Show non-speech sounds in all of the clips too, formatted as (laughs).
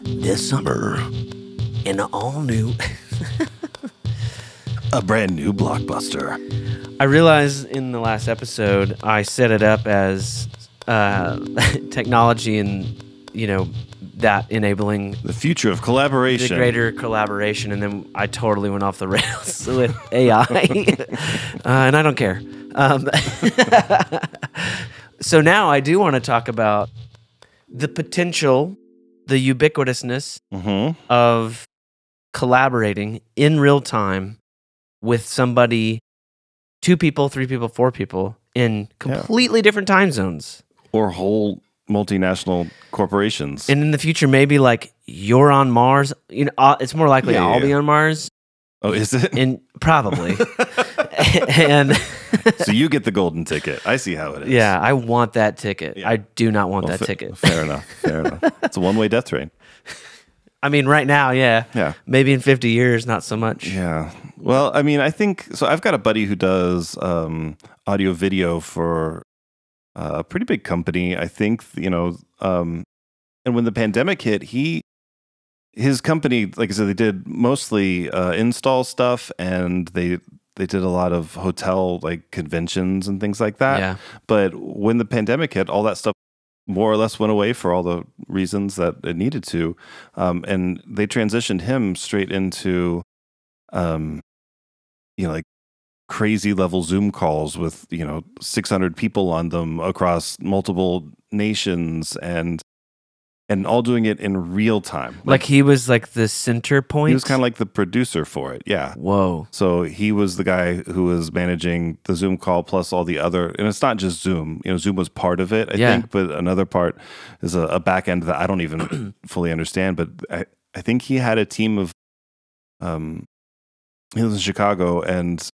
this summer in an all (laughs) new. A brand new blockbuster. I realized in the last episode I set it up as uh, (laughs) technology and you know that enabling The future of the collaboration. greater collaboration, and then I totally went off the (laughs) rails with AI, (laughs) uh, and I don't care. Um, (laughs) so now I do want to talk about the potential, the ubiquitousness Mhm. of collaborating in real time with somebody, two people, three people, four people in completely different time zones. Or whole multinational corporations. And in the future, maybe like you're on Mars. You know, I'll- it's more likely Yeah, yeah, I'll be yeah. (laughs) on Mars, oh, is it? and probably. and (laughs) so you get the golden ticket. I see how it is. yeah, I want that ticket. Yeah. I do not want Well, that fa- ticket. Fair enough. Fair enough. It's a one way (laughs) death train. I mean, right now, yeah. Yeah. Maybe in 50 years, not so much. Yeah. Well, I mean, I think so. I've got a buddy who does um, audio video for uh, a pretty big company. I think you know. Um, and when the pandemic hit, he his company, like I said, they did mostly uh, install stuff, and they they did a lot of hotel like conventions and things like that. Yeah. But when the pandemic hit, all that stuff more or less went away for all the reasons that it needed to. Um, and they transitioned him straight into, um, you know, like crazy level Zoom calls with, you know, 600 people on them across multiple nations and, and all doing it in real time. Like he was like the center point. he was kind of like the producer for it. Yeah. whoa. So he was the guy who was managing the Zoom call plus all the other, and it's not just Zoom. You know, Zoom was part of it, I Yeah. think, but another part is a, a back end that I don't even fully understand. But I, I think he had a team of, um, he was in Chicago, and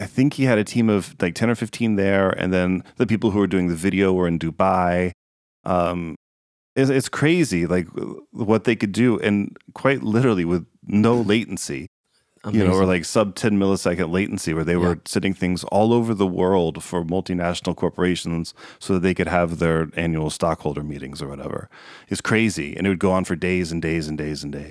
I think he had a team of like ten or fifteen there, and then the people who were doing the video were in Dubai. Um, it's, it's crazy, like what they could do, and quite literally with no latency Amazing. you know, or like sub 10 millisecond latency, where they Yeah. were sitting things all over the world for multinational corporations so that they could have their annual stockholder meetings or whatever. It's crazy. And it would go on for days and days and days and days.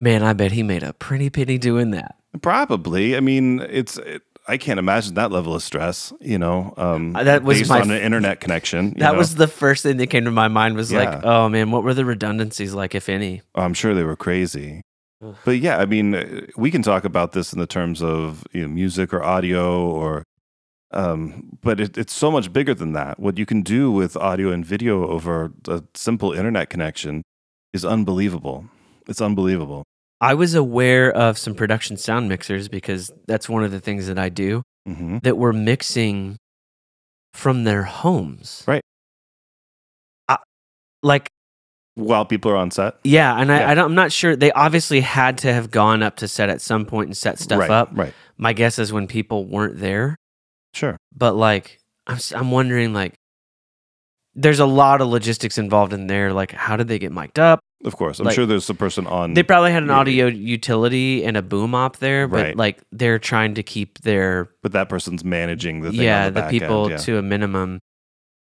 Man, I bet he made a pretty penny doing that. Probably. I mean, it's, it, I can't imagine that level of stress, you know, um, Uh, that was based my on f- an internet connection. you That know? was the first thing that came to my mind was Yeah. like, oh man, what were the redundancies like, if any? I'm sure they were crazy. Ugh. But yeah, I mean, uh, we can talk about this in the terms of you know, music or audio or, um, but it, it's so much bigger than that. What you can do with audio and video over a simple internet connection is unbelievable. It's unbelievable. I was aware of some production sound mixers because that's one of the things that I do hmm that were mixing from their homes. Right. I, like, While people are on set, yeah, and I, Yeah. I don't, I'm not sure. They obviously had to have gone up to set at some point and set stuff right, up. Right. My guess is when people weren't there. Sure. but like I'm s- I'm wondering like there's a lot of logistics involved in there like how did they get mic'd up Of course. I'm Like- sure there's a person on. they probably had an Um, Yeah, yeah. audio utility and a boom op there but Right. like they're trying to keep their but that person's managing the thing. on yeah the, the, back people end, yeah. to a minimum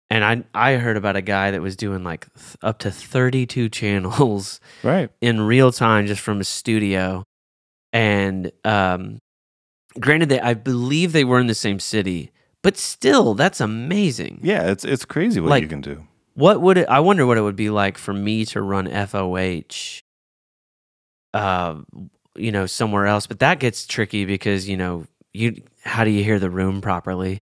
and I I heard about a guy that was doing like th- up to 32 (laughs) channels Right. in real time just from a studio and um granted they I believe they were in the same city but still that's amazing Yeah. It's it's crazy what Like- you can do. What would it, I wonder what it would be like for me to run FOH, uh, you know, somewhere else? But that gets tricky because you know you how do you hear the room properly?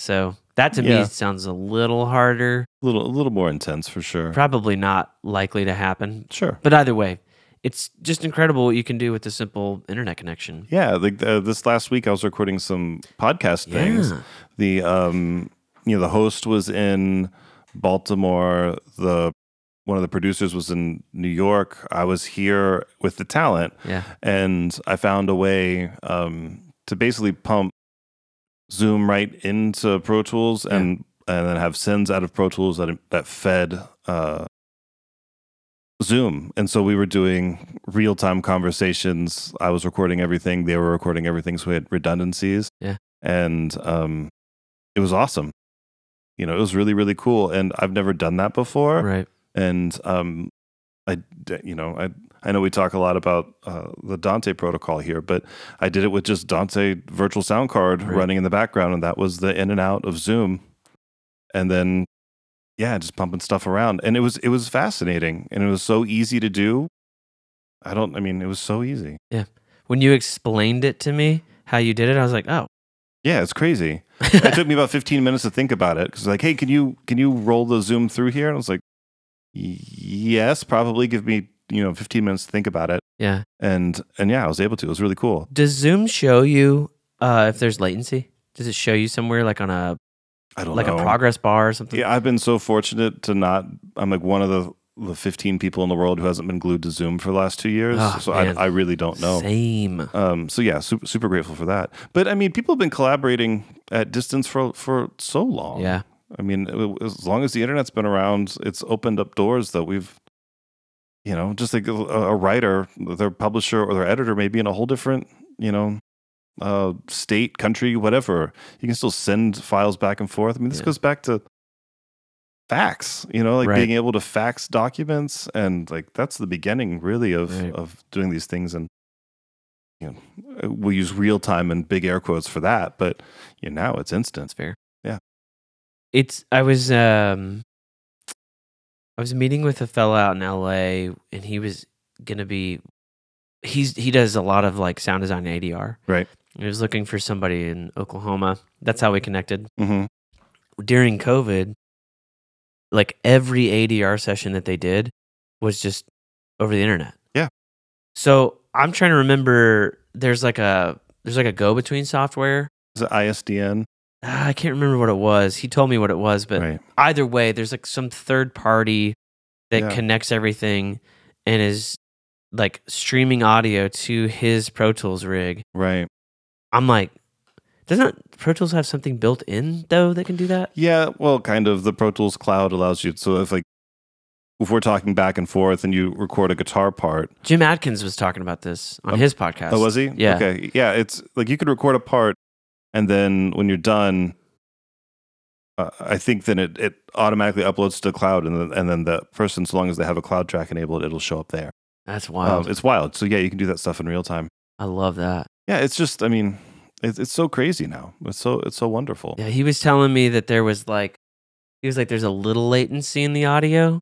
So that to Yeah. me sounds a little harder. A little a little more intense for sure. Probably not likely to happen. sure. But either way, it's just incredible what you can do with a simple internet connection. Yeah, like uh, this last week, I was recording some podcast things. Yeah. The um, you know, the host was in Baltimore. The one of the producers was in New York. I was here with the talent, Yeah. and I found a way um, to basically pump Zoom right into Pro Tools and and then have sends out of Pro Tools that that fed uh, Zoom. And so we were doing real time conversations. I was recording everything. They were recording everything. So we had redundancies. Yeah. and um, it was awesome. You know, it was really really cool. And I've never done that before Right. and um, I, d- you know, I I know we talk a lot about uh, the Dante protocol here, but I did it with just Dante virtual sound card Right. running in the background, and that was the in and out of Zoom, and then yeah, just pumping stuff around, and it was it was fascinating, and it was so easy to do. I don't. I mean, it was so easy. When you explained it to me how you did it, I was like, oh. Yeah, it's crazy. it took me about 15 minutes to think about it because like hey can you can you roll the zoom through here and i was like "Y- yes probably give me you know 15 minutes to think about it (laughs) yeah. and and yeah i was able to it was really cool Does Zoom show you uh, if there's latency? Does it show you somewhere like on a i don't like know a progress bar or something? yeah i've been so fortunate to not i'm like one of the the 15 people in the world who hasn't been glued to zoom for the last two years Ah, so I, man. I really don't know Same. um, so yeah super, super grateful for that but i mean people have been collaborating at distance for for so long Yeah. I mean, it- as long as the internet's been around, it's opened up doors that we've, you know, just like a, a writer, their publisher or their editor may be in a whole different, you know, uh, state, country, whatever. You can still send files back and forth. I mean, this Yeah. goes back to fax, you know, like Right. being able to fax documents. And like that's the beginning, really, of, Right. of doing these things. And, you know, we use real time and big air quotes for that. But, you know, now it's instant. That's fair. Yeah. It's I was um I was meeting with a fella out in LA and he was gonna be he's he does a lot of like sound design and ADR. Right. And he was looking for somebody in Oklahoma. That's how we connected. Mm-hmm. During COVID, like every ADR session that they did was just over the internet. Yeah. So I'm trying to remember there's like a there's like a go between software Is it ISDN? Ah, I can't remember what it was. He told me what it was, but right. either way, there's like some third party that Yeah. connects everything and is like streaming audio to his Pro Tools rig. Right. I'm like, doesn't Pro Tools have something built in though that can do that? Yeah. Well, kind of. The Pro Tools Cloud allows you. So if like if we're talking back and forth and you record a guitar part, Jim Adkins was talking about this on Um, his podcast. oh, was he? Yeah. Okay. Yeah. It's like you could record a part, and then when you're done. Uh, I think then it, it automatically uploads to the cloud, and then, and then the person, so long as they have a cloud track enabled, it'll show up there. That's Um, wild. it's wild. So yeah, you can do that stuff in real time. I love that. Yeah, it's just, I mean, it's it's so crazy now. It's so it's so wonderful. Yeah, he was telling me that there was like, he was like, there's a little latency in the audio.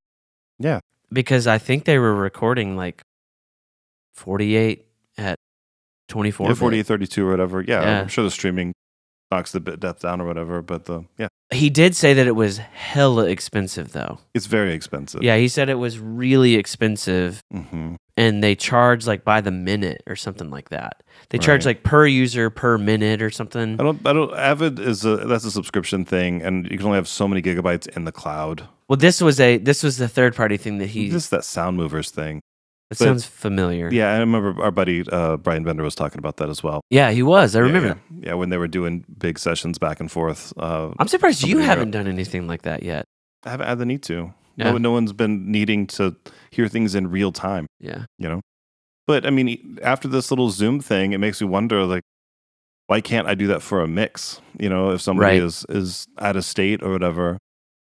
Yeah. Because I think they were recording like 48 at 24. yeah, bit. 48, 32 or whatever. Yeah, Yeah. I'm sure the streaming knocks the bit depth down or whatever, but the yeah, He did say that it was hella expensive though. it's very expensive. Yeah, Mm-hmm. he said it was really expensive hmm and they charge like by the minute or something like that. They charge like per user per minute or something. I don't. I don't. Avid is a that's a subscription thing, and you can only have so many gigabytes in the cloud. Well, this was a this was the third party thing that he Just that sound movers thing. that sounds familiar. Yeah, I remember our buddy uh, Brian Bender was talking about that as well. Yeah, he was. I Yeah, remember. yeah, that. yeah, when they were doing big sessions back and forth. Uh, I'm surprised you Somebody in haven't done anything like that yet. I haven't had the need to. Yeah. No, no one's been needing to hear things in real time. Yeah. you know but i mean e- after this little zoom thing it makes me wonder like why can't i do that for a mix you know if somebody Right. is is out of state or whatever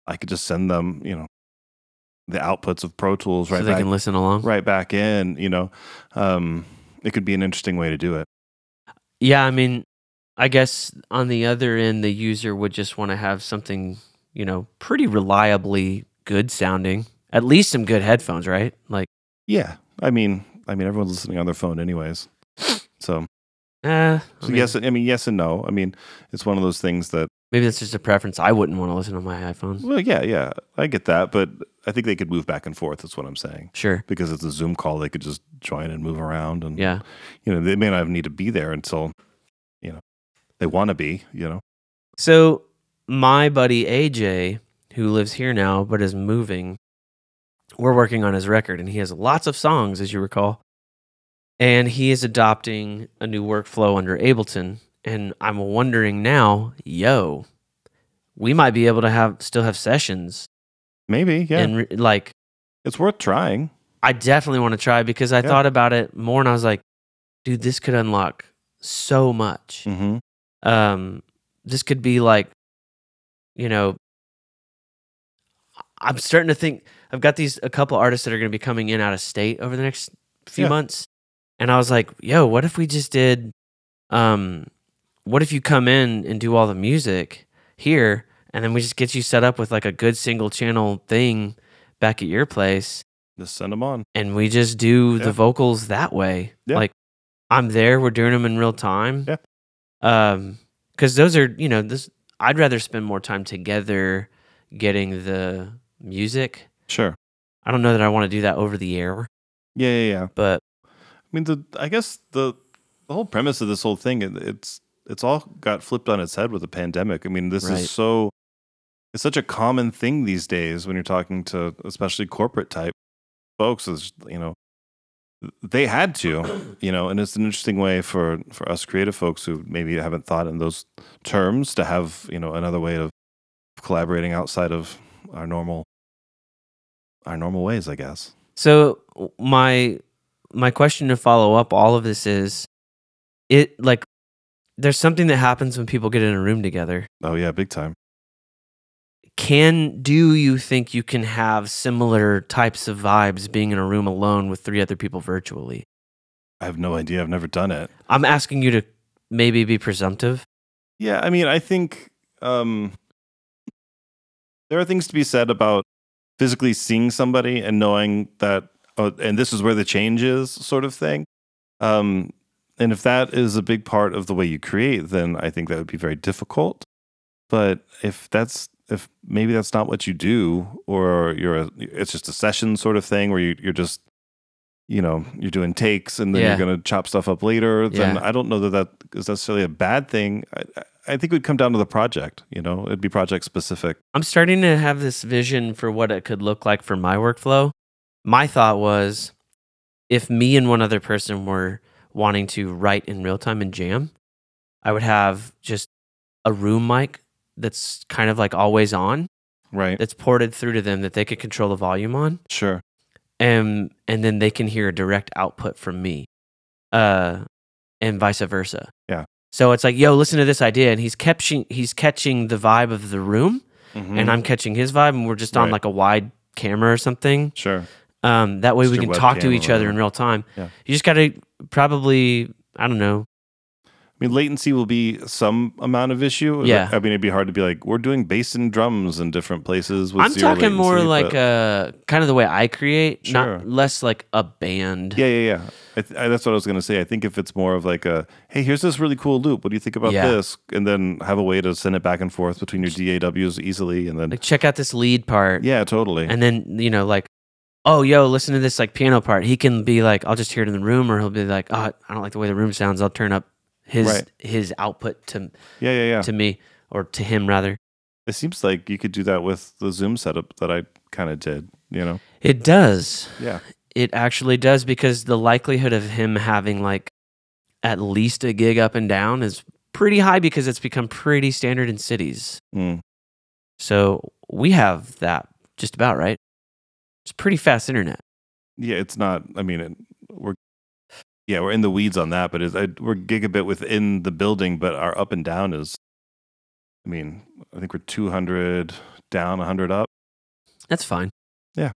i could just send them you know the outputs of pro tools so right they back can listen along. right back in you know um it could be an interesting way to do it Yeah, I mean, I guess on the other end, the user would just want to have something, you know, pretty reliably good sounding. At least some good headphones, right? Like, yeah i mean i mean everyone's listening on their phone anyways so, eh. I so mean, yes i mean yes and no i mean it's one of those things that Maybe that's just a preference. I wouldn't want to listen on my iPhone. well yeah yeah i get that but i think they could move back and forth is what i'm saying Sure. because it's a Zoom call, they could just join and move around, and Yeah. you know they may not need to be there until you know they want to be. You know, So, my buddy AJ, who lives here now but is moving, we're working on his record and he has lots of songs, as you recall. And he is adopting a new workflow under Ableton. And I'm wondering now, yo, we might be able to have still have sessions. maybe yeah, And re- like, it's worth trying. I definitely want to try because I Yeah. thought about it more and I was like, dude, this could unlock so much Mm-hmm. um this could be like you know I'm starting to think I've got these a couple artists that are going to be coming in out of state over the next few Yeah. months, and I was like, yo, what if we just did, um, what if you come in and do all the music here, and then we just get you set up with like a good single channel thing back at your place, Just send them on. and we just do Yeah. the vocals that way. Yeah. Like I'm there, we're doing them in real time. Yeah. Um, because those are you know this. I'd rather spend more time together getting the music. Sure. I don't know that I want to do that over the air, Yeah, yeah, yeah. but (clears throat) I mean, the I guess the the whole premise of this whole thing it, it's it's all got flipped on its head with the pandemic. I mean, this Right. is so it's such a common thing these days when you're talking to especially corporate type folks. Is you know they had to, you know, and it's an interesting way for for us creative folks who maybe haven't thought in those terms to have you know another way of collaborating outside of our normal our normal ways, I guess. So my my question to follow up all of this is it like there's something that happens when people get in a room together. Oh yeah, big time. Can do you think you can have similar types of vibes being in a room alone with three other people virtually? I have no idea. I've never done it. I'm asking you to maybe be presumptive. Yeah, I mean, I think um, there are things to be said about physically seeing somebody and knowing that, oh, and this is where the change is, sort of thing. Um, and if that is a big part of the way you create, then I think that would be very difficult. But if that's if maybe that's not what you do, or you're a, it's just a session sort of thing where you, you're just you know you're doing takes and then Yeah. you're going to chop stuff up later, then Yeah. I don't know that that is necessarily a bad thing. I, I think it would come down to the project. You know, it'd be project specific. I'm starting to have this vision for what it could look like for my workflow. My thought was if me and one other person were wanting to write in real time and jam, I would have just a room mic that's kind of like always on, Right. that's ported through to them that they could control the volume on Sure. and and then they can hear a direct output from me uh and vice versa Yeah. so it's like yo listen to this idea and he's catching he's catching the vibe of the room Mm-hmm. and i'm catching his vibe and we're just on Right. like a wide camera or something sure. um that way Just we your can talk to webcam or each other whatever. in real time Yeah. you just gotta probably i don't know I mean, latency will be some amount of issue. Yeah. I mean, it'd be hard to be like, we're doing bass and drums in different places. With i'm zero talking more latency, like but- uh kind of the way i create Sure. not less like a band yeah, yeah, yeah. I th- I, that's what I was going to say. I think if it's more of like a, hey, here's this really cool loop. What do you think about Yeah. this? And then have a way to send it back and forth between your DAWs easily. And then, like check out this lead part yeah, totally. and then you know like oh yo listen to this like piano part he can be like i'll just hear it in the room or he'll be like oh i don't like the way the room sounds i'll turn up his Right. his output to yeah, yeah, yeah. to me or to him rather It seems like you could do that with the Zoom setup that I kind of did, you know? it does Yeah. it actually does because the likelihood of him having like at least a gig up and down is pretty high because it's become pretty standard in cities Mm. so we have that just about right it's pretty fast internet Yeah, it's not. I mean, it, we're yeah, we're in the weeds on that, but it's, I, we're gigabit within the building, but our up and down is. I mean, I think we're two hundred down, hundred up. That's fine. Yeah.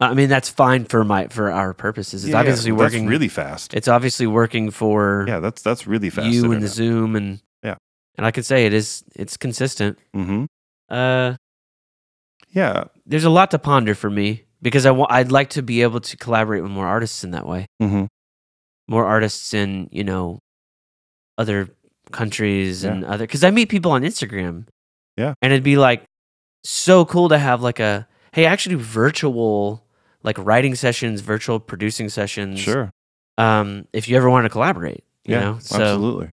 I mean, that's fine for my for our purposes. It's Yeah, yeah, obviously that's working. really fast. it's obviously working for Yeah, that's that's really fast. you and the Zoom and Yeah. And I can say it is it's consistent. hmm Uh, Yeah. there's a lot to ponder for me because I want I'd like to be able to collaborate with more artists in that way. hmm More artists in you know other countries Yeah. and other because I meet people on Instagram. Yeah. And it'd be like so cool to have like a hey I actually do virtual like writing sessions, virtual producing sessions. Sure. um, if you ever want to collaborate. You Yeah. know? So absolutely.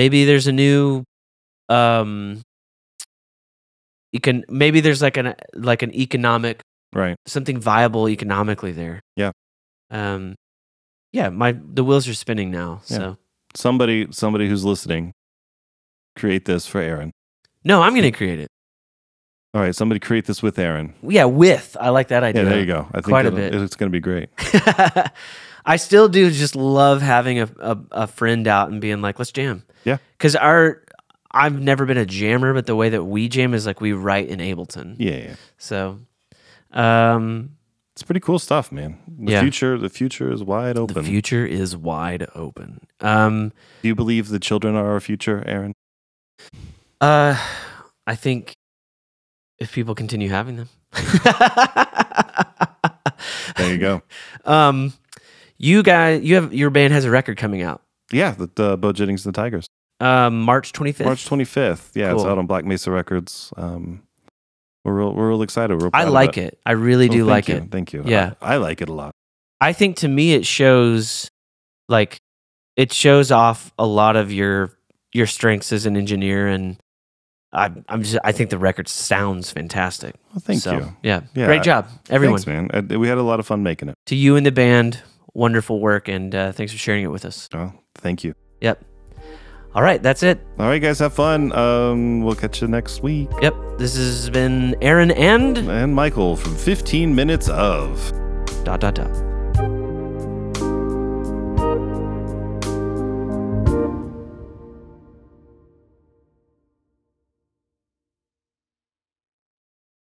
maybe there's a new um you can maybe there's like an like an economic Right. something viable economically there. Yeah. Um yeah, my the wheels are spinning now. Yeah. So Somebody, somebody who's listening, create this for Aaron. no, I'm gonna create it. All right, somebody create this with Aaron. Yeah, with I like that idea. yeah, there you go. I think Quite a it'll- bit. It's going to be (laughs) great. I still do just love having a, a, a friend out and being like, let's jam. Yeah. Because our I've never been a jammer, but the way that we jam is like we write in Ableton. Yeah, yeah. So, um, It's pretty cool stuff, man. The Yeah. future, the future is wide the open. future is wide open. Um, Do you believe the children are our future, Aaron? uh, I think if people continue having them, (laughs) There you (laughs) go. Um, you guys, you have your band has a record coming out, yeah, the, the Bo Jennings and the Tigers. um, March twenty fifth. March 25th. Yeah, it's Cool. out on Black Mesa Records. Um, we're real, we're real excited. We're real I proud of like it. I really So do thank like you, it. Thank you. Yeah. I, I like it a lot. I think to me it shows like it shows off a lot of your your strengths as an engineer and I I'm just I think the record sounds fantastic. Well, thank So, you. Yeah. Yeah, I- Great job, everyone. Thanks, man. I, we had a lot of fun making it. To you and the band, wonderful work and uh, thanks for sharing it with us. Oh, thank you. Yep. All right, that's it. All right, guys, have fun. Um, we'll catch you next week. Yep. This has been Aaron and And Michael from 15 Minutes of. dot dot dot.